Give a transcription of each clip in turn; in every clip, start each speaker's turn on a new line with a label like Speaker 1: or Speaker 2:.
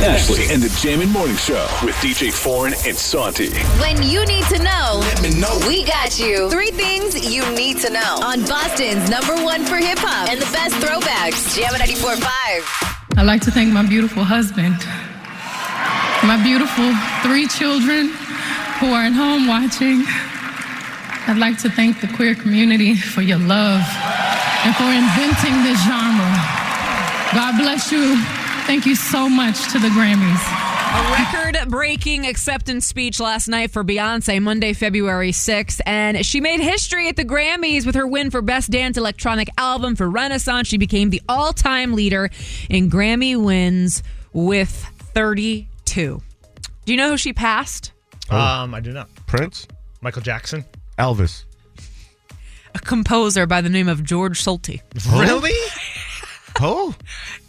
Speaker 1: Ashley and the Jammin' Morning Show with DJ Foreign and Santi.
Speaker 2: When you need to know,
Speaker 1: Let me know.
Speaker 2: we got you. Three things you need to know on Boston's number one for hip hop and the best throwbacks. Jam 94.5.
Speaker 3: I'd like to thank my beautiful husband, my beautiful three children who are at home watching. I'd like to thank the queer community for your love and for inventing this genre. God bless you. Thank you so much to the Grammys.
Speaker 4: A record breaking acceptance speech last night for Beyonce, Monday, February 6th. And she made history at the Grammys with her win for Best Dance Electronic Album for Renaissance. She became the all time leader in Grammy wins with 32. Do you know who she passed?
Speaker 5: Um, I do not.
Speaker 6: Oh. Prince?
Speaker 5: Michael Jackson.
Speaker 6: Elvis.
Speaker 4: A composer by the name of George Solti.
Speaker 5: Really?
Speaker 6: Oh,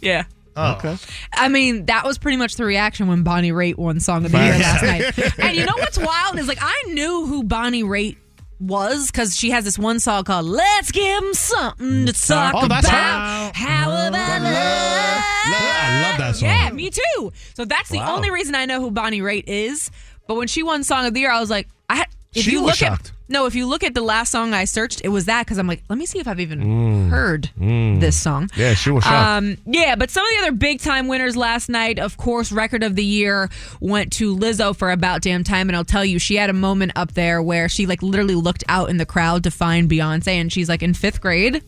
Speaker 4: Yeah.
Speaker 5: Oh.
Speaker 6: okay.
Speaker 4: I mean, that was pretty much the reaction when Bonnie Raitt won Song of the Year last night. And you know what's wild is like I knew who Bonnie Raitt was because she has this one song called "Let's Give 'Em Something to Talk
Speaker 6: Oh,
Speaker 4: About."
Speaker 6: that's her.
Speaker 4: How about love?
Speaker 6: I love that song.
Speaker 4: Yeah, me too. So that's the
Speaker 6: Wow.
Speaker 4: only reason I know who Bonnie Raitt is. But when she won Song of the Year, I was like, I. had- If
Speaker 6: She
Speaker 4: you
Speaker 6: was
Speaker 4: look
Speaker 6: shocked.
Speaker 4: at no, if you look at the last song I searched, it was that because I'm like, let me see if I've even
Speaker 6: Mm.
Speaker 4: heard this song.
Speaker 6: Yeah, she was shocked.
Speaker 4: Um, yeah, but some of the other big time winners last night, of course, record of the year went to Lizzo for About Damn Time. And I'll tell you, she had a moment up there where she like literally looked out in the crowd to find Beyonce. And she's like, in fifth grade,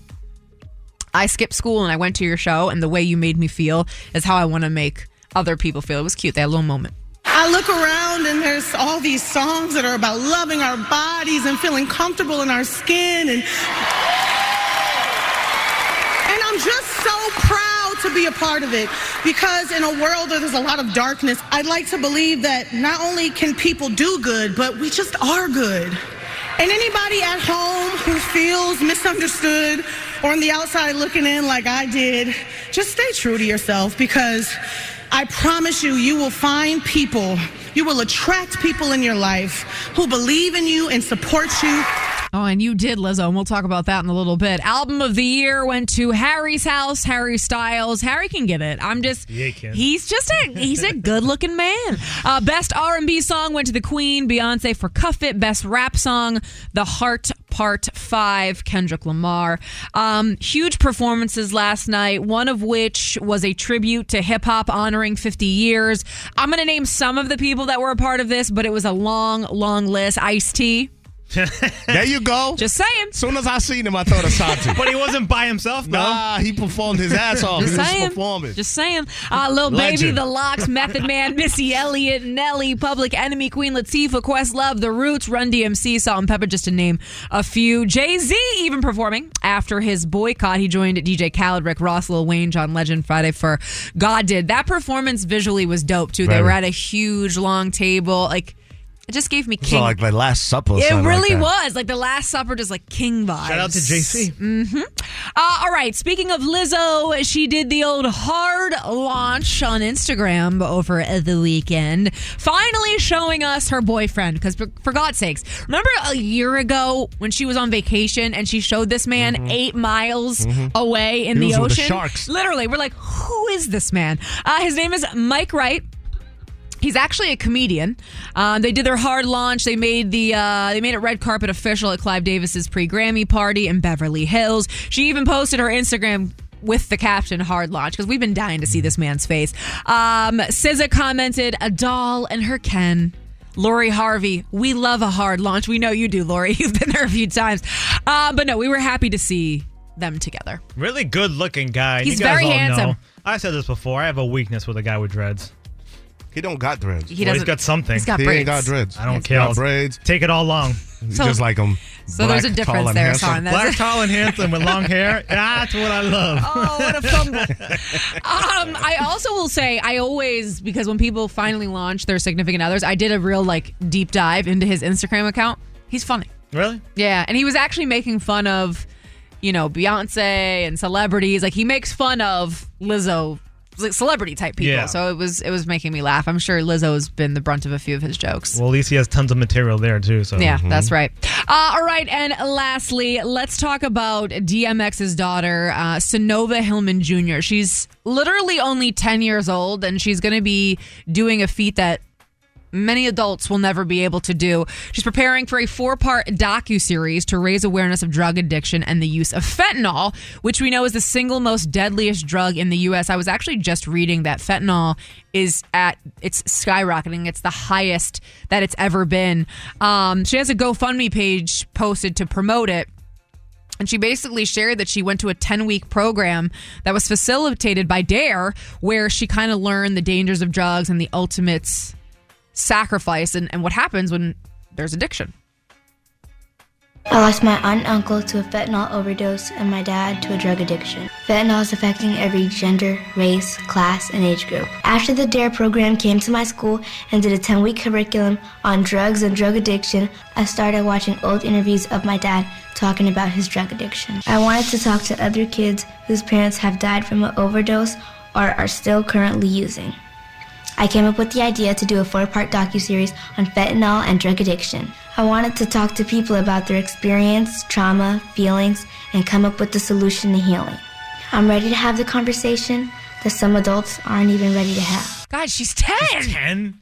Speaker 4: I skipped school and I went to your show. And the way you made me feel is how I want to make other people feel. It was cute, that little moment.
Speaker 3: I look around and there's all these songs that are about loving our bodies and feeling comfortable in our skin and and I'm just so proud to be a part of it because in a world where there's a lot of darkness, I'd like to believe that not only can people do good, but we just are good. And anybody at home who feels misunderstood or on the outside looking in like I did, just stay true to yourself because I promise you, you will find people, you will attract people in your life who believe in you and support you.
Speaker 4: Oh, and you did, Lizzo, and we'll talk about that in a little bit. Album of the year went to Harry's house, Harry Styles. Harry can get it. I'm just,
Speaker 5: Yeah, he can.
Speaker 4: he's just a he's a good looking man. Uh, best R and B song went to the Queen, Beyonce for Cuff It. Best rap song, The Heart Part Five, Kendrick Lamar. Um, huge performances last night. One of which was a tribute to hip hop, honoring 50 years. I'm gonna name some of the people that were a part of this, but it was a long, long list. Ice T.
Speaker 6: there you go.
Speaker 4: Just saying.
Speaker 6: soon as I seen him, I thought of Santi.
Speaker 5: But he wasn't by himself, though.
Speaker 6: nah, he performed his ass off.
Speaker 4: Just
Speaker 6: he was
Speaker 4: saying.
Speaker 6: performing.
Speaker 4: Just saying. Uh, Lil
Speaker 6: Legend.
Speaker 4: Baby, The Locks, Method Man, Missy Elliott, Nelly, Public Enemy, Queen Latifah, Questlove, The Roots, Run DMC, Salt and Pepper, just to name a few. Jay Z even performing after his boycott. He joined DJ Khaled, Rick Ross, Lil Wayne, John Legend Friday for God Did. That performance visually was dope too. They
Speaker 6: Very.
Speaker 4: were at a huge long table. Like, it just gave me
Speaker 6: So
Speaker 4: king.
Speaker 6: like the Last Supper. or
Speaker 4: it
Speaker 6: something like
Speaker 4: really
Speaker 6: that.
Speaker 4: was like the Last Supper, just like king vibes.
Speaker 5: Shout out to JC.
Speaker 4: Uh, all right. Speaking of Lizzo, she did the old hard launch on Instagram over the weekend, finally showing us her boyfriend. Because for, for God's sakes, remember a year ago when she was on vacation and she showed this man
Speaker 5: Mm-hmm.
Speaker 4: eight miles away in
Speaker 6: He
Speaker 4: the
Speaker 6: was with the
Speaker 4: ocean?
Speaker 6: sharks.
Speaker 4: Literally, we're like, who is this man? Uh, his name is Mike Wright. He's actually a comedian. Um, they did their hard launch. They made the uh, they made it red carpet official at Clive Davis's pre Grammy party in Beverly Hills. She even posted her Instagram with the caption "Hard Launch" because we've been dying to see this man's face. Um, SZA commented, "A doll and her Ken." Lori Harvey, we love a hard launch. We know you do, Lori. You've been there a few times, uh, but no, we were happy to see them together.
Speaker 6: Oh.
Speaker 5: Really good looking guy.
Speaker 4: He's
Speaker 5: you guys
Speaker 4: very
Speaker 5: all
Speaker 4: handsome.
Speaker 5: Know. I said this before. I have a weakness with a guy with dreads.
Speaker 6: He don't got dreads.
Speaker 4: He Well, he's doesn't- got something. he's got
Speaker 6: he
Speaker 4: braids.
Speaker 6: ain't got dreads.
Speaker 4: I don't
Speaker 6: He's
Speaker 4: care.
Speaker 6: got braids.
Speaker 5: Take it all long.
Speaker 4: So-
Speaker 6: just like him.
Speaker 4: So there's a difference there, Sean. That's-
Speaker 5: Black, tall, and handsome with long hair. That's what I love.
Speaker 4: Oh, what a fumble. um, I also will say I always because when people finally launch their significant others, I did a real like deep dive into his Instagram account. He's funny.
Speaker 5: Really?
Speaker 4: Yeah, and he was actually making fun of, you know, Beyonce and celebrities. Like he makes fun of Lizzo, like celebrity type people.
Speaker 5: Yeah.
Speaker 4: So it was it was making me laugh. I'm sure Lizzo's been the brunt of a few of his jokes.
Speaker 5: Well, at least he has tons of material there too. So Mm-hmm.
Speaker 4: Yeah, that's
Speaker 6: Mm-hmm.
Speaker 4: right. Uh, all right, and lastly, let's talk about DMX's daughter, uh, Sonova Hillman Jr. She's literally only 10 years old, and she's going to be doing a feat that many adults will never be able to do. She's preparing for a four-part docu-series to raise awareness of drug addiction and the use of fentanyl, which we know is the single most deadliest drug in the US. I was actually just reading that fentanyl is at it's skyrocketing. It's the highest that it's ever been. Um, she has a GoFundMe page posted to promote it. And she basically shared that she went to a 10 week program that was facilitated by DARE, where she kind of learned the dangers of drugs and the ultimate sacrifice and, and what happens when there's addiction.
Speaker 7: I lost my aunt and uncle to a fentanyl overdose and my dad to a drug addiction. Fentanyl is affecting every gender, race, class, and age group. After the DARE E program came to my school and did a 10 week curriculum on drugs and drug addiction, I started watching old interviews of my dad talking about his drug addiction. I wanted to talk to other kids whose parents have died from an overdose or are still currently using. I came up with the idea to do a four-part docuseries on fentanyl and drug addiction. I wanted to talk to people about their experience, trauma, feelings, and come up with the solution to healing. I'm ready to have the conversation that some adults aren't even ready to have.
Speaker 4: God, she's 10. She's
Speaker 5: 10?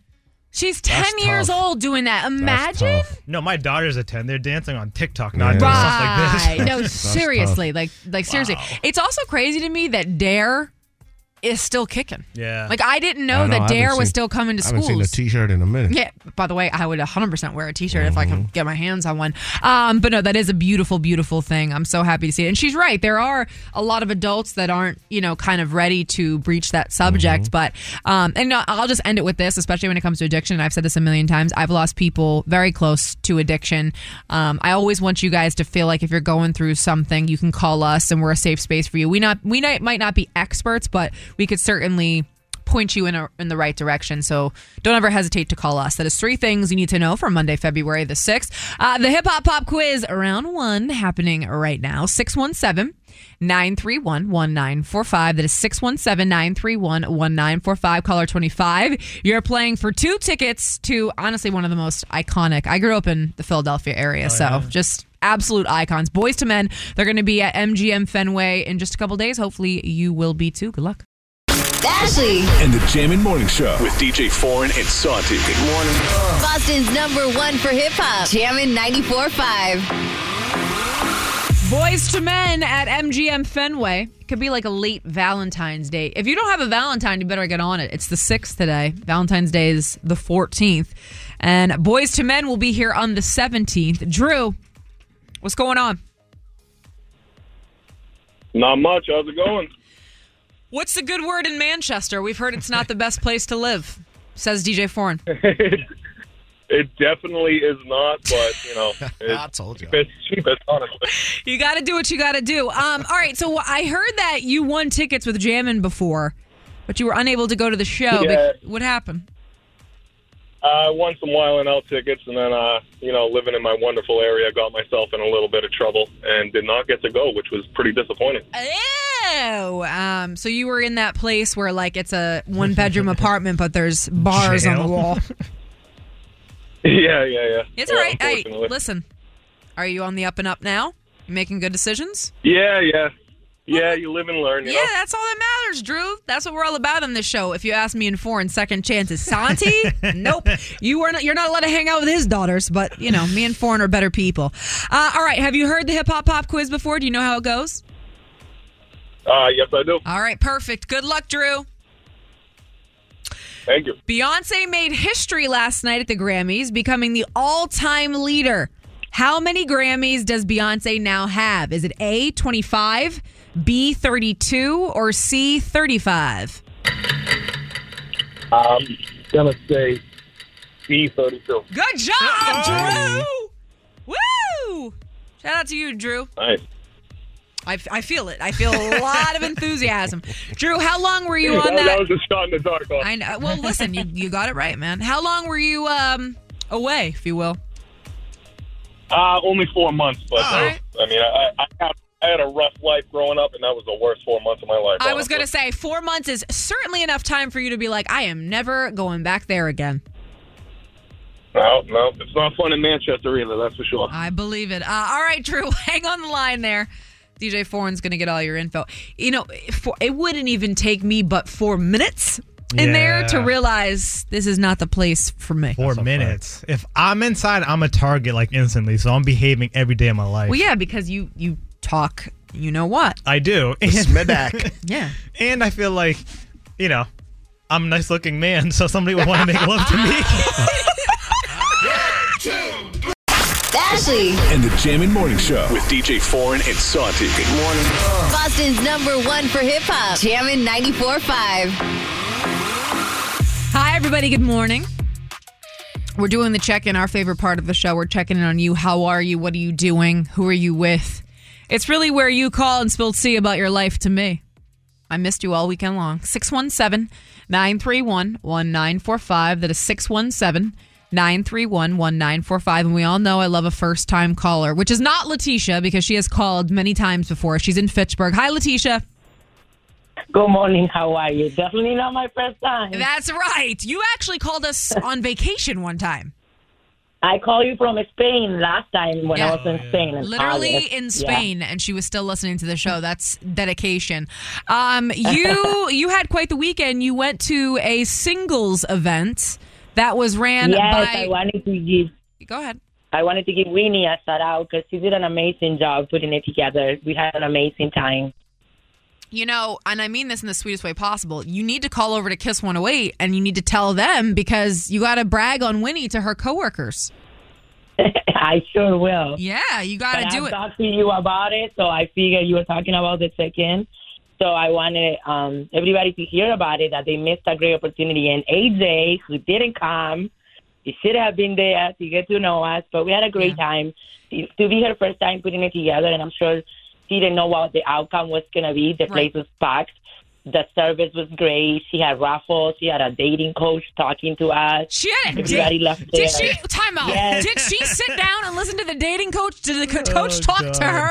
Speaker 4: She's 10
Speaker 5: That's
Speaker 4: years
Speaker 5: tough.
Speaker 4: old doing that. Imagine.
Speaker 5: No, my daughter's a ten. They're dancing on TikTok, not doing stuff
Speaker 4: Right.
Speaker 5: like this.
Speaker 4: no, seriously. Like like seriously. It's also crazy to me that Dare is still kicking.
Speaker 6: Yeah.
Speaker 4: Like I didn't know,
Speaker 6: I
Speaker 4: that
Speaker 6: haven't
Speaker 4: Dare was
Speaker 6: seen-
Speaker 4: still coming to
Speaker 6: I haven't seen a
Speaker 4: schools.
Speaker 6: T-shirt in a minute.
Speaker 4: Yeah. By the way, I would 100% wear a t-shirt if I
Speaker 6: Mm-hmm.
Speaker 4: could get my hands on one. Um, but no, that is a beautiful, beautiful thing. I'm so happy to see it. And she's right. There are a lot of adults that aren't, you know, kind of ready to breach that subject.
Speaker 6: Mm-hmm.
Speaker 4: But um, and no, I'll just end it with this, especially when it comes to addiction. And I've said this a million times. I've lost people very close to addiction. Um, I always want you guys to feel like if you're going through something, you can call us, and we're a safe space for you. We not we not, might not be experts, but we could certainly point you in, a, in the right direction. So don't ever hesitate to call us. That is three things you need to know for Monday, February the 6th. Uh, the Hip Hop Pop Quiz, round one, happening right now 617 931 1945. That is 617 931 1945. Caller 25. You're playing for two tickets to honestly one of the most iconic. I grew up in the Philadelphia area, so just absolute icons. Boys to men. They're going to be at MGM Fenway in just a couple days. Hopefully, you will be too. Good luck.
Speaker 2: Ashley,
Speaker 1: And the Jammin' Morning Show with DJ Foreign and Santi. Good morning.
Speaker 2: Boston's number one for hip hop. Jammin' 94.5.
Speaker 4: Boys to Men at MGM Fenway. It could be like a late Valentine's Day. If you don't have a Valentine, you better get on it. It's the 6th today. Valentine's Day is the 14th. And Boys to Men will be here on the 17th. Drew, what's going on?
Speaker 8: Not much. How's it going?
Speaker 4: What's the good word in Manchester? We've heard it's not the best place to live, says DJ Foreign.
Speaker 8: It definitely is not, but you know, it's
Speaker 4: I
Speaker 6: told you.
Speaker 8: It's cheapest, honestly.
Speaker 4: You got to do what you got to do. Um, all right, so I heard that you won tickets with Jammin' before, but you were unable to go to the show.
Speaker 8: Yeah.
Speaker 4: What happened?
Speaker 8: I won some Wild and Out tickets, and then, uh, you know, living in my wonderful area, got myself in a little bit of trouble and did not get to go, which was pretty disappointing.
Speaker 4: Uh, Oh, um, so you were in that place where like it's a one bedroom apartment, but there's bars on
Speaker 8: Jail.
Speaker 4: the wall.
Speaker 8: Yeah, yeah, yeah.
Speaker 4: It's
Speaker 8: Yeah,
Speaker 4: all right. Hey,
Speaker 8: unfortunately.
Speaker 4: listen, are you on the up and up now? You making good decisions?
Speaker 8: Yeah, yeah, yeah. You live and learn. You
Speaker 4: Yeah,
Speaker 8: know?
Speaker 4: that's all that matters, Drew. That's what we're all about on this show. If you ask me in foreign second chances, Santi, nope, you are not. You're not allowed to hang out with his daughters. But you know, me and foreign are better people. Uh, all right, have you heard the hip hop pop quiz before? Do you know how it goes?
Speaker 8: Uh, yes, I do.
Speaker 4: All right, perfect. Good luck, Drew.
Speaker 8: Thank you.
Speaker 4: Beyonce made history last night at the Grammys, becoming the all time leader. How many Grammys does Beyonce now have? Is it A, 25, B, 32, or C, 35?
Speaker 8: Um, gonna say E B32.
Speaker 4: Good job, Drew. Woo! Shout out to you, Drew.
Speaker 8: Nice.
Speaker 4: I, I feel it. I feel a lot of enthusiasm. Drew, how long were you on
Speaker 8: that,
Speaker 4: that?
Speaker 8: was a shot in the dark. Austin.
Speaker 4: I know. Well, listen, you, you got it right, man. How long were you um away, if you will?
Speaker 8: Uh, only four months, but
Speaker 4: All right.
Speaker 8: I mean, I, I, had, I had a rough life growing up, and that was the worst four months of my life.
Speaker 4: I was going to say four months is certainly enough time for you to be like, I am never going back there again.
Speaker 8: No, no, it's not fun in Manchester either. That's for sure.
Speaker 4: I believe it. Uh, all right, Drew, hang on the line there. DJ Foreign's going to get all your info. You know, for, it wouldn't even take me but four minutes in there to
Speaker 5: Yeah.
Speaker 4: realize this is not the place for me.
Speaker 5: Four minutes. If I'm inside, I'm a target like instantly. So I'm behaving every day of my life.
Speaker 4: Well, yeah, because you you talk, you know what?
Speaker 5: I do.
Speaker 6: Smedak.
Speaker 4: yeah.
Speaker 5: And I feel like, you know, I'm a nice looking man, so somebody would want to make love to me.
Speaker 2: Ashley,
Speaker 1: And the Jammin' Morning Show with DJ Foreign and Santi. Good morning.
Speaker 2: Boston's number one for hip hop. Jammin' 94.5.
Speaker 4: Hi, everybody. Good morning. We're doing the check in, our favorite part of the show. We're checking in on you. How are you? What are you doing? Who are you with? It's really where you call and spill tea about your life to me. I missed you all weekend long. 617 931 1945. That is 617 931 1945. And we all know I love a first time caller, which is not Letitia because she has called many times before. She's in Fitchburg. Hi, Letitia.
Speaker 9: Good morning. How are you? Definitely not my first time.
Speaker 4: That's right. You actually called us on vacation one time.
Speaker 9: I called you from Spain last time when I was in Spain. in
Speaker 4: literally
Speaker 9: August.
Speaker 4: in
Speaker 9: Yeah.
Speaker 4: Spain, and she was still listening to the show. That's dedication. Um, you you had quite the weekend. You went to a singles event that was ran
Speaker 9: yes, I
Speaker 4: by.
Speaker 9: wanted to give.
Speaker 4: Go ahead.
Speaker 9: I wanted to give Winnie a shout out because she did an amazing job putting it together. We had an amazing time.
Speaker 4: You know, and I mean this in the sweetest way possible. You need to call over to Kiss 108, and you need to tell them because you got to brag on Winnie to her coworkers.
Speaker 9: I sure will.
Speaker 4: Yeah, you got
Speaker 9: But
Speaker 4: to do
Speaker 9: I've
Speaker 4: it.
Speaker 9: talked to you about it, so I figured you were talking about the check-in. So I wanted um, everybody to hear about it that they missed a great opportunity. And AJ, who didn't come, he should have been there to get to know us. But we had a great time to to be her first time putting it together, and I'm sure she didn't know what the outcome was going to be. The place was packed. The service was great. She had raffles. She had a dating coach talking to us.
Speaker 4: She had it.
Speaker 9: Everybody
Speaker 4: Did,
Speaker 9: left
Speaker 4: did
Speaker 9: there.
Speaker 4: she time out?
Speaker 9: Yes. Oh,
Speaker 4: Did she sit down and listen to the dating coach? Did the co- coach talk to
Speaker 10: God.
Speaker 4: her?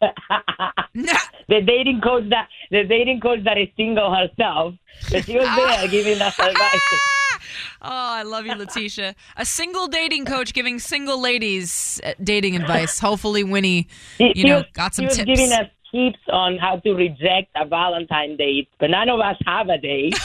Speaker 9: the dating coach that the dating coach that is single herself. But she was
Speaker 4: Ah!
Speaker 9: there giving us advice.
Speaker 4: Oh, I love you, Letitia. A single dating coach giving single ladies uh, dating advice. Hopefully, Winnie,
Speaker 9: She-
Speaker 4: you
Speaker 9: she
Speaker 4: know,
Speaker 9: was-
Speaker 4: got
Speaker 9: she
Speaker 4: some
Speaker 9: was
Speaker 4: tips.
Speaker 9: giving us tips on how to reject a Valentine date, but none of us have a date.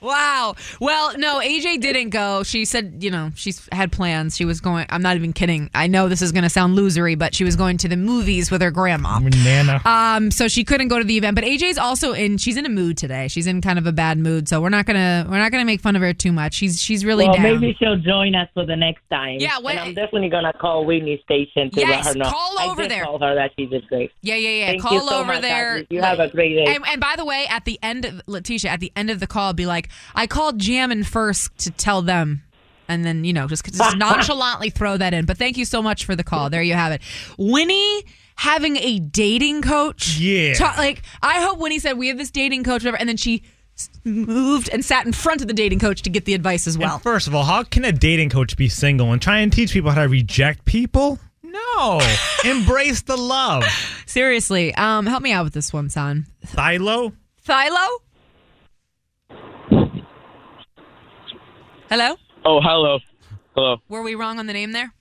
Speaker 4: Wow. Well, no, AJ didn't go. She said, you know, she's had plans. She was going. I'm not even kidding. I know this is going to sound losery, but she was going to the movies with her grandma.
Speaker 5: Nana.
Speaker 4: Um, so she couldn't go to the event, but AJ's also in. She's in a mood today. She's in kind of a bad mood, so we're not gonna we're not gonna make fun of her too much. She's she's really
Speaker 9: well,
Speaker 4: down.
Speaker 9: maybe she'll join us for the next time.
Speaker 4: Yeah, when-
Speaker 9: and I'm definitely gonna call Whitney Station to
Speaker 4: Yes,
Speaker 9: let her know.
Speaker 4: call
Speaker 9: I
Speaker 4: over
Speaker 9: did
Speaker 4: there.
Speaker 9: Call her that she's just great.
Speaker 4: Yeah, yeah, yeah.
Speaker 9: Thank
Speaker 4: call
Speaker 9: you so
Speaker 4: over
Speaker 9: much,
Speaker 4: there.
Speaker 9: Ashley. You have a great day.
Speaker 4: And, and by the way, at the end, of, Letitia, at the end of the call, be like, I called Jammin first to tell them. And then, you know, just, just nonchalantly throw that in. But thank you so much for the call. There you have it. Winnie having a dating coach.
Speaker 5: Yeah.
Speaker 4: Ta- like, I hope Winnie said, We have this dating coach, whatever. And then she s- moved and sat in front of the dating coach to get the advice as well.
Speaker 5: And first of all, how can a dating coach be single and try and teach people how to reject people? No. Embrace the love.
Speaker 4: Seriously, um, help me out with this one, son.
Speaker 5: Thilo?
Speaker 4: Thilo? Hello?
Speaker 11: Oh, hello. Hello.
Speaker 4: Were we wrong on the name there?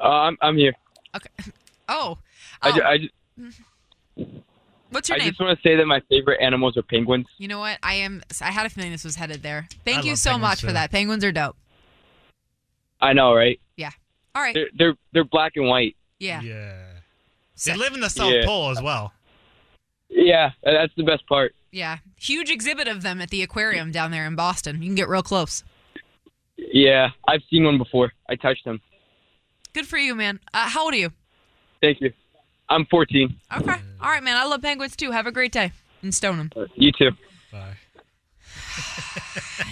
Speaker 11: Uh, I'm, I'm here.
Speaker 4: Oh.
Speaker 11: I, ju-
Speaker 4: Oh.
Speaker 11: I ju-
Speaker 4: What's your
Speaker 11: I
Speaker 4: name?
Speaker 11: just want to say that my favorite animals are penguins.
Speaker 4: You know what? I am. I had a feeling this was headed there. Thank
Speaker 11: I
Speaker 4: you
Speaker 11: love
Speaker 4: so
Speaker 11: penguins,
Speaker 4: much for
Speaker 11: too.
Speaker 4: that. Penguins are dope.
Speaker 11: I know, right?
Speaker 4: Yeah. All right.
Speaker 11: They're they're, they're black and white.
Speaker 4: Yeah.
Speaker 5: Yeah. They live in the South
Speaker 11: Yeah.
Speaker 5: Pole as well.
Speaker 11: Yeah, that's the best part.
Speaker 4: Yeah. Huge exhibit of them at the aquarium down there in Boston. You can get real close.
Speaker 11: Yeah, I've seen one before. I touched them.
Speaker 4: Good for you, man. Uh, how old are you?
Speaker 11: Thank you. I'm 14.
Speaker 4: Okay. All right, man. I love penguins too. Have a great day in Stoneham.
Speaker 11: You too.
Speaker 4: I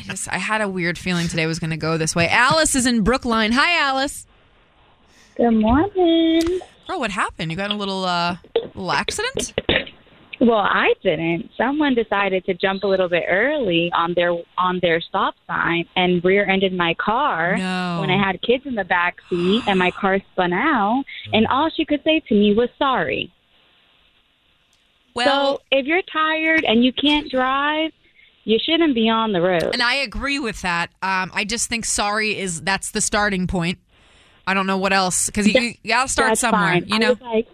Speaker 4: just I had a weird feeling today was going to go this way. Alice is in Brookline. Hi, Alice.
Speaker 12: Good morning.
Speaker 4: Girl, what happened? You got in a little uh little accident?
Speaker 12: Well, I didn't. Someone decided to jump a little bit early on their on their stop sign and rear-ended my car when I had kids in the back seat and my car spun out and all she could say to me was sorry.
Speaker 4: Well-
Speaker 12: so if you're tired and you can't drive, you shouldn't be on the road.
Speaker 4: And I agree with that. Um, I just think sorry is that's the starting point. I don't know what else because you, you gotta start
Speaker 12: That's
Speaker 4: somewhere.
Speaker 12: fine.
Speaker 4: You
Speaker 12: I
Speaker 4: know.
Speaker 12: was like,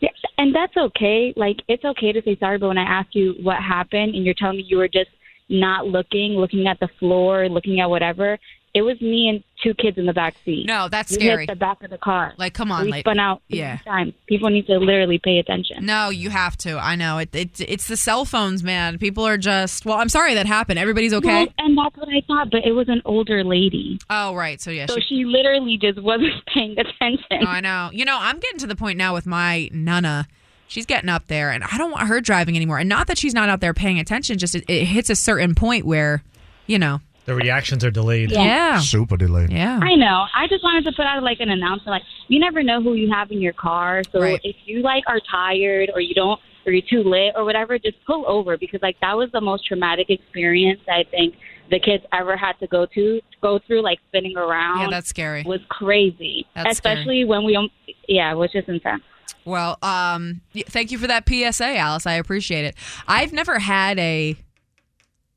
Speaker 12: yeah, and that's okay. Like, it's okay to say sorry, but when I ask you what happened and you're telling me you were just not looking, looking at the floor, looking at whatever, it was me and two kids in the back seat.
Speaker 4: No, that's
Speaker 12: We
Speaker 4: scary.
Speaker 12: Hit the back of the car.
Speaker 4: Like, come on,
Speaker 12: we
Speaker 4: like-
Speaker 12: spun out.
Speaker 4: yeah.
Speaker 12: Time. People need to literally pay attention.
Speaker 4: No, you have to. I know it, it. It's the cell phones, man. People are just. Well, I'm sorry that happened. Everybody's okay.
Speaker 12: Well, and that's what I thought, but it was an older lady.
Speaker 4: Oh, right. So yeah.
Speaker 12: So she literally just wasn't paying attention.
Speaker 4: I know. You know, I'm getting to the point now with my nana. She's getting up there, and I don't want her driving anymore. And not that she's not out there paying attention. Just it, it hits a certain point where, you know.
Speaker 5: The reactions are delayed.
Speaker 12: Yeah. Yeah.
Speaker 6: Super delayed.
Speaker 4: Yeah.
Speaker 12: I know. I just wanted to put out like an announcement. Like you never know who you have in your car, so if you like are tired or you don't or you're too lit or whatever, just pull over because like that was the most traumatic experience I think the kids ever had to go to go through. Like spinning around.
Speaker 4: Yeah, that's scary.
Speaker 12: Was crazy,
Speaker 4: That's scary.
Speaker 12: especially when we. um, Yeah, it was just intense.
Speaker 4: Well, um, y- thank you for that PSA, Alice. I appreciate it. I've never had a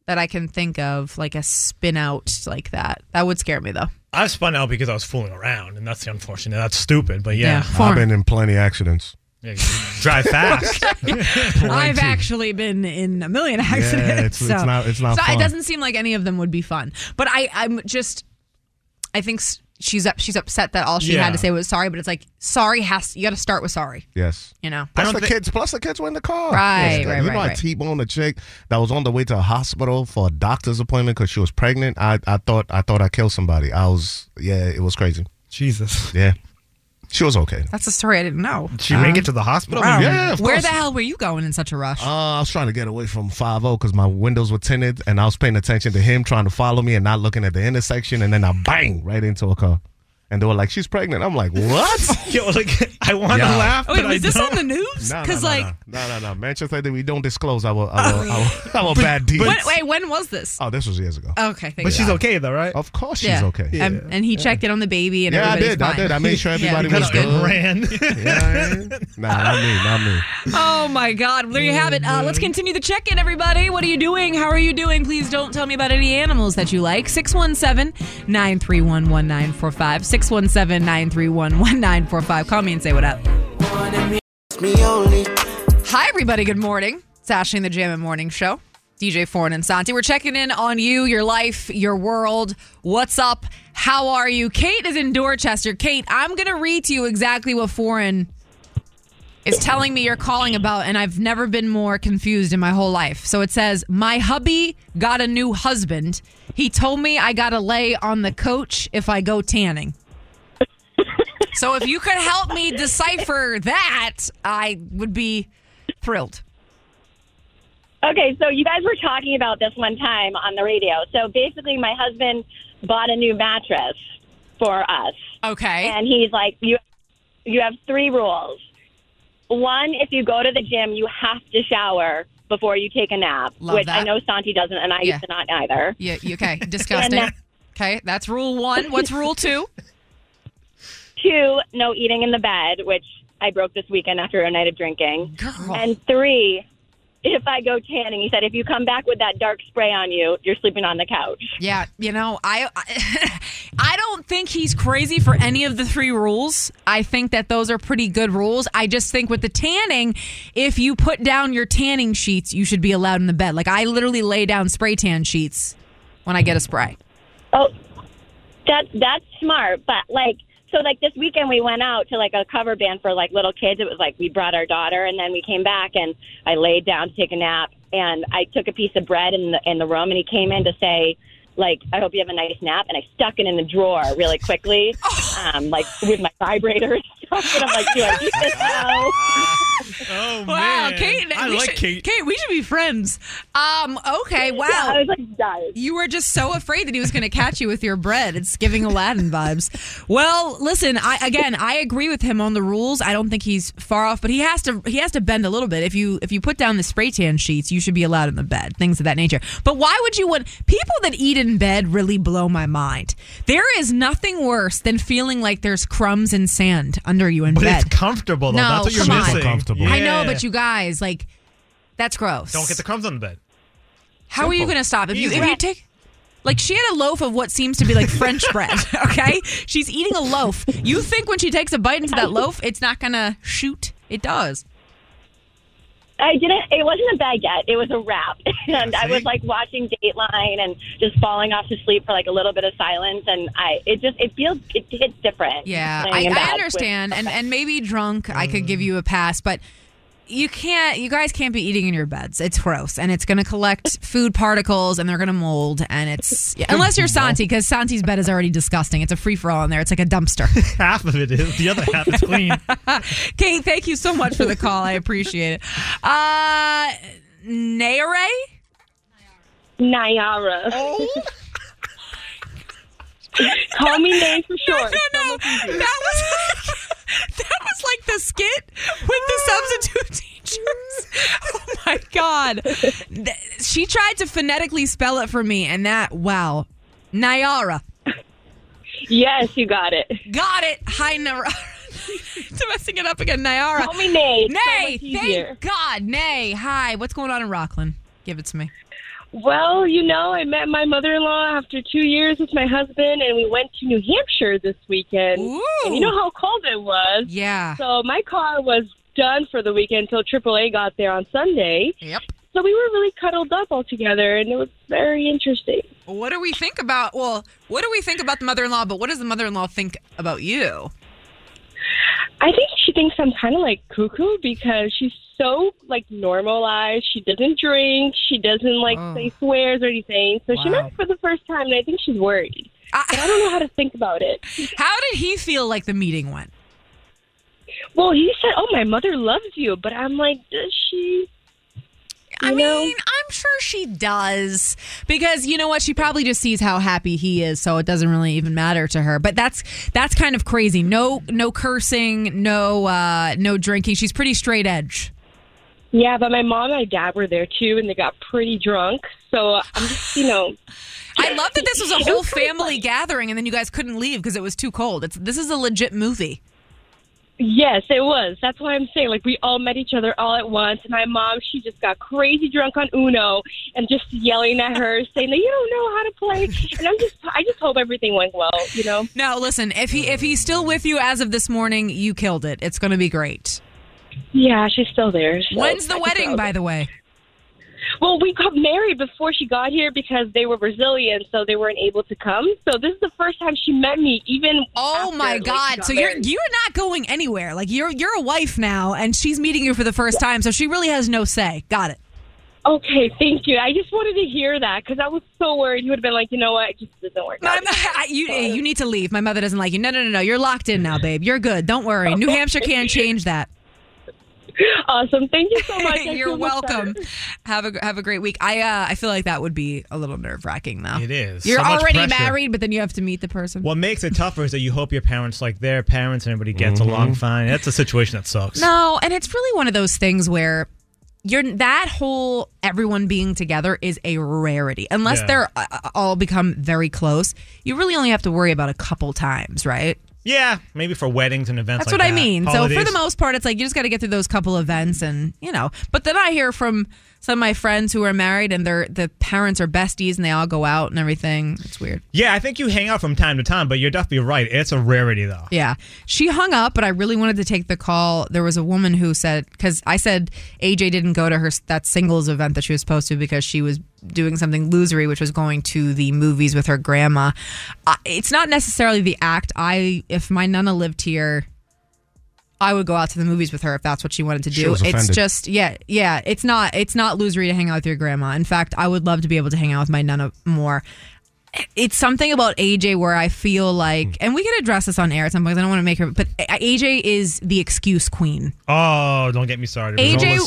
Speaker 4: that I can think of like a spin out like that. That would scare me though.
Speaker 5: I spun out because I was fooling around, and that's the unfortunate. That's stupid, but
Speaker 4: Yeah,
Speaker 5: yeah.
Speaker 6: I've been in plenty of accidents.
Speaker 5: Yeah, you drive fast.
Speaker 4: I've actually been in a million accidents.
Speaker 6: it's- it's
Speaker 4: so-
Speaker 6: not- it's not
Speaker 4: so
Speaker 6: fun.
Speaker 4: It doesn't seem like any of them would be fun. But I, I'm just, I think s- she's up. She's upset that all she
Speaker 6: Yeah.
Speaker 4: had to say was sorry. But it's like sorry has you got to start with sorry.
Speaker 6: Yes.
Speaker 4: You know,
Speaker 6: Plus the kids. Plus the kids were in the car.
Speaker 4: Right, right,
Speaker 6: Yes, Oh, You
Speaker 4: right,
Speaker 6: know, I
Speaker 4: right.
Speaker 6: T-boned a chick that was on the way to a hospital for a doctor's appointment because she was pregnant. I, I thought I thought I killed somebody. I was yeah, it was crazy.
Speaker 5: Jesus.
Speaker 6: Yeah, she was okay.
Speaker 4: That's a story I didn't know.
Speaker 6: Did she make it to the hospital?
Speaker 4: wow.
Speaker 6: Yeah, of
Speaker 4: Where
Speaker 6: course.
Speaker 4: the hell were you going in such a rush?
Speaker 6: Uh, I was trying to get away from 5 because my windows were tinted and I was paying attention to him trying to follow me and not looking at the intersection. And then I bang right into a car. And they were like, she's pregnant. I'm like, what?
Speaker 5: Yo, like, I want
Speaker 6: Yeah.
Speaker 5: to laugh.
Speaker 4: Wait,
Speaker 5: but
Speaker 4: was
Speaker 5: I
Speaker 4: this
Speaker 5: don't.
Speaker 4: on the news?
Speaker 6: No, no,
Speaker 4: Because
Speaker 6: no,
Speaker 4: like, Oh,
Speaker 6: No, no, no. Manchester, we don't disclose our, our, our, our bad deeds.
Speaker 4: when, wait, when was this?
Speaker 6: oh, this was years ago.
Speaker 4: Okay, thank
Speaker 6: But she's
Speaker 5: okay though, right?
Speaker 6: Of course she's
Speaker 4: Yeah.
Speaker 6: okay.
Speaker 4: Um, and he checked in on the baby, and
Speaker 6: Yeah, I
Speaker 4: everybody's
Speaker 6: did. I
Speaker 4: fine.
Speaker 6: did. I made sure
Speaker 4: Yeah.
Speaker 6: everybody was
Speaker 5: Kinda
Speaker 6: good.
Speaker 5: ran.
Speaker 6: Yeah, nah, not me. Not me.
Speaker 4: Oh my God! Well, There you have it. Uh, let's continue the check-in, everybody. What are you doing? How are you doing? Please don't tell me about any animals that you like. 617-931-1945. 617-931-1945. Call me and say what up. Hi, everybody. Good morning. It's Ashley and the Jam and Morning Show. DJ Foreign and Santi. We're checking in on you, your life, your world. What's up? How are you? Kate is in Dorchester. Kate, I'm going to read to you exactly what Foreign is telling me you're calling about, and I've never been more confused in my whole life. So it says, My hubby got a new husband. He told me I got to lay on the coach if I go tanning. so if you could help me decipher that, I would be thrilled.
Speaker 13: Okay, so you guys were talking about this one time on the radio. So basically, my husband bought a new mattress for us.
Speaker 4: Okay.
Speaker 13: And he's like, you, you have three rules. One, if you go to the gym, you have to shower before you take a nap,
Speaker 4: Love
Speaker 13: which
Speaker 4: that.
Speaker 13: I know Santi doesn't, and I
Speaker 4: Yeah.
Speaker 13: used to not either.
Speaker 4: Yeah, you- okay. Disgusting.
Speaker 13: And
Speaker 4: okay, that's rule one. What's rule two?
Speaker 13: Two, no eating in the bed, which I broke this weekend after a night of drinking. And three, if I go tanning. He said, if you come back with that dark spray on you, you're sleeping on the couch.
Speaker 4: Yeah, you know, I I, I don't think he's crazy for any of the three rules. I think that those are pretty good rules. I just think with the tanning, if you put down your tanning sheets, you should be allowed in the bed. Like I literally lay down spray tan sheets when I get a spray.
Speaker 13: Oh, that that's smart, but like so like this weekend we went out to like a cover band for like little kids. It was like we brought our daughter and then we came back and I laid down to take a nap and I took a piece of bread in the in the room and he came in to say like I hope you have a nice nap and I stuck it in the drawer really quickly um like with my vibrator and stuff and I'm like do I keep this now?
Speaker 5: Oh
Speaker 4: Wow, Kate, and- we should, Kate, we should be friends. Um, okay, wow.
Speaker 13: Yeah, I was
Speaker 4: like, You were just so afraid that he was going to catch you with your bread. It's giving Aladdin vibes. Well, listen, I again, I agree with him on the rules. I don't think he's far off, but he has to he has to bend a little bit. If you if you put down the spray tan sheets, you should be allowed in the bed, things of that nature. But why would you want people that eat in bed really blow my mind. There is nothing worse than feeling like there's crumbs and sand under you in
Speaker 5: But
Speaker 4: bed.
Speaker 5: it's comfortable, though.
Speaker 4: No,
Speaker 5: That's what you're
Speaker 4: come on.
Speaker 5: missing. Comfortable.
Speaker 4: I know,
Speaker 5: Yeah.
Speaker 4: but you guys, like, that's gross.
Speaker 5: Don't get the crumbs on the bed.
Speaker 4: How are you
Speaker 5: Simple.
Speaker 4: going to stop if you if
Speaker 5: Easy.
Speaker 4: you take? Like she had a loaf of what seems to be like French bread. Okay, she's eating a loaf. You think when she takes a bite into that loaf, it's not going to shoot? It does.
Speaker 13: I didn't. It wasn't a baguette. It was a wrap, and I was like watching Dateline and just falling off to sleep for like a little bit of silence. And I, it just, it feels, it hits different.
Speaker 4: Yeah,
Speaker 13: laying
Speaker 4: I,
Speaker 13: in bed
Speaker 4: I
Speaker 13: with-
Speaker 4: understand, and and maybe drunk, I could give you a pass, but you can't. You guys can't be eating in your beds. It's gross, and it's going to collect food particles, and they're going to mold, and it's yeah, unless you're Santi, because Santi's bed is already disgusting. It's a free for all in there. It's like a dumpster.
Speaker 5: Half of it is. The other half is clean.
Speaker 4: Kate, thank you so much for the call. I appreciate it. Uh, Nayare?
Speaker 13: Nayara.
Speaker 4: Oh.
Speaker 13: Call me Nay for short.
Speaker 4: No, no, no. That was that was like the skit with the substitute teachers. Oh my god, Th- she tried to phonetically spell it for me, and that wow, Nayara.
Speaker 13: Yes, you got it.
Speaker 4: Got it. Hi, Nayara. to messing it up again, Nayara.
Speaker 13: Call me Nay. It's so
Speaker 4: Nay.
Speaker 13: much easier.
Speaker 4: thank God. Nay. Hi. What's going on in Rockland? Give it to me.
Speaker 13: Well, you know, I met my mother-in-law after two years with my husband, and we went to New Hampshire this weekend. And you know how cold it was.
Speaker 4: Yeah.
Speaker 13: So my car was done for the weekend until AAA got there on Sunday.
Speaker 4: Yep.
Speaker 13: So we were really cuddled up all together, and it was very interesting.
Speaker 4: What do we think about? Well, what do we think about the mother-in-law? But what does the mother-in-law think about you?
Speaker 13: I think she thinks I'm kind of like cuckoo because she's so like normalized. She doesn't drink. She doesn't like say swears or anything. So she
Speaker 4: Oh. Wow. Ah.
Speaker 13: met me for the first time, and I think she's worried. But I don't know how to think about it.
Speaker 4: How did he feel like the meeting went?
Speaker 13: Well, he said, "Oh, my mother loves you," but I'm like, does she?
Speaker 4: I mean, I'm sure she does because you know what? She probably just sees how happy he is, so it doesn't really even matter to her. But that's that's kind of crazy. No, no cursing, no, uh, no drinking. She's pretty straight edge.
Speaker 13: Yeah, but my mom and my dad were there too, and they got pretty drunk. So uh, I'm just, you know,
Speaker 4: I love that this was a
Speaker 13: It
Speaker 4: whole
Speaker 13: was kinda
Speaker 4: family gathering, and then you guys couldn't leave because it was too cold. It's this is a legit movie.
Speaker 13: yes, it was. That's why I'm saying, like, we all met each other all at once. And my mom, she just got crazy drunk on Uno and just yelling at her, saying that you don't know how to play. And I'm just, I just hope everything went well, you know.
Speaker 4: No, listen, if he if he's still with you as of this morning, you killed it. It's going to be great.
Speaker 13: Yeah, she's still there. so
Speaker 4: When's the
Speaker 13: I
Speaker 4: wedding,
Speaker 13: guess-
Speaker 4: by the way?
Speaker 13: Well, we got married before she got here because they were Brazilian, so they weren't able to come. So this is the first time she met me, even.
Speaker 4: Oh my God! So you're you're not going anywhere. Like you're you're a wife now, and she's meeting you for the first time, so she really has no say. Got it.
Speaker 13: Okay, thank you. I just wanted to hear that because I was so worried. You would have been like, you know what, it just doesn't work.
Speaker 4: But I'm- I- you you need to leave. My mother doesn't like you. No, no, no, no. You're locked in now, babe. You're good. Don't worry. New Hampshire can change that.
Speaker 13: Awesome. Thank you so much. I
Speaker 4: you're
Speaker 13: feel much
Speaker 4: welcome. Have a have a great week. I uh, I feel like that would be a little nerve wracking though.
Speaker 5: It is.
Speaker 4: You're
Speaker 5: So much
Speaker 4: already
Speaker 5: pressure.
Speaker 4: married, but then you have to meet the person.
Speaker 5: What makes it tougher is that you hope your parents, like their parents, and everybody gets
Speaker 4: Mm-hmm.
Speaker 5: along fine. That's a situation that sucks.
Speaker 4: No, and it's really one of those things where you're that whole everyone being together is a rarity. Unless uh,
Speaker 5: Yeah.
Speaker 4: they're uh, all become very close, you really only have to worry about a couple times, right?
Speaker 5: Yeah, maybe for weddings and events.
Speaker 4: That's
Speaker 5: like
Speaker 4: what I
Speaker 5: that.
Speaker 4: mean. So for
Speaker 5: Holidays.
Speaker 4: the most part, it's like you just got to get through those couple events, and you know. But then I hear from some of my friends who are married, and their the parents are besties, and they all go out and everything. It's weird.
Speaker 5: yeah, I think you hang out from time to time, but you're definitely right. It's a rarity, though.
Speaker 4: Yeah. She hung up, but I really wanted to take the call. There was a woman who said, because I said AJ didn't go to her that singles event that she was supposed to because she was doing something losery, which was going to the movies with her grandma. Uh, it's not necessarily the act. I, if my nana lived here, I would go out to the movies with her if that's what she wanted to
Speaker 14: She
Speaker 4: do.
Speaker 14: was
Speaker 4: It's
Speaker 14: offended.
Speaker 4: just yeah, yeah. It's not it's not losery to hang out with your grandma. In fact, I would love to be able to hang out with my nana more. It's something about AJ where I feel
Speaker 14: Hmm.
Speaker 4: like, and we can address this on air at some point. 'cause I don't want to make her, but AJ is the excuse queen.
Speaker 5: Oh, don't get me started.
Speaker 4: AJ,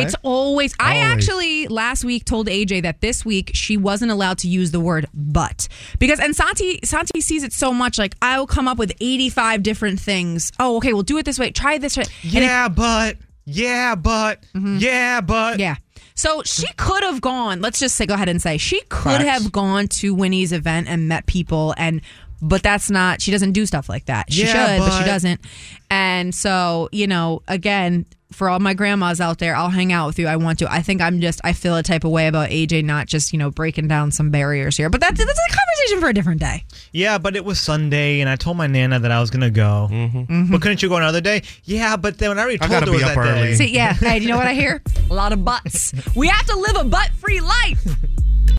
Speaker 4: It's always. I actually last week told AJ that this week she wasn't allowed to use the word "but" because and Santi Santi sees it so much. Like I will come up with eighty-five different things. Oh, okay, we'll do it this way. Try this. Way.
Speaker 5: Yeah, but yeah, but yeah, but
Speaker 4: Mm-hmm. yeah. So she could have gone. Let's just say, go ahead and say she could
Speaker 5: Facts.
Speaker 4: have gone to Winnie's event and met people and. But that's not. She doesn't do stuff like that. She
Speaker 14: Yeah,
Speaker 4: should, but, she
Speaker 14: but-
Speaker 4: doesn't. And so, you know, again, for all my grandmas out there, I'll hang out with you. I want to. I think I'm just. I feel a type of way about AJ not just you know breaking down some barriers here. But that's that's a conversation for a different day.
Speaker 5: Yeah, but it was Sunday, and I told my nana that I was gonna go. But couldn't you go another day? Yeah, but then when I already
Speaker 6: Mm-hmm. I
Speaker 5: told her it
Speaker 6: gotta
Speaker 5: was
Speaker 6: be up
Speaker 5: that day.
Speaker 4: See, yeah. Hey, you know what I hear? A lot of butts. We have to live a butt-free life.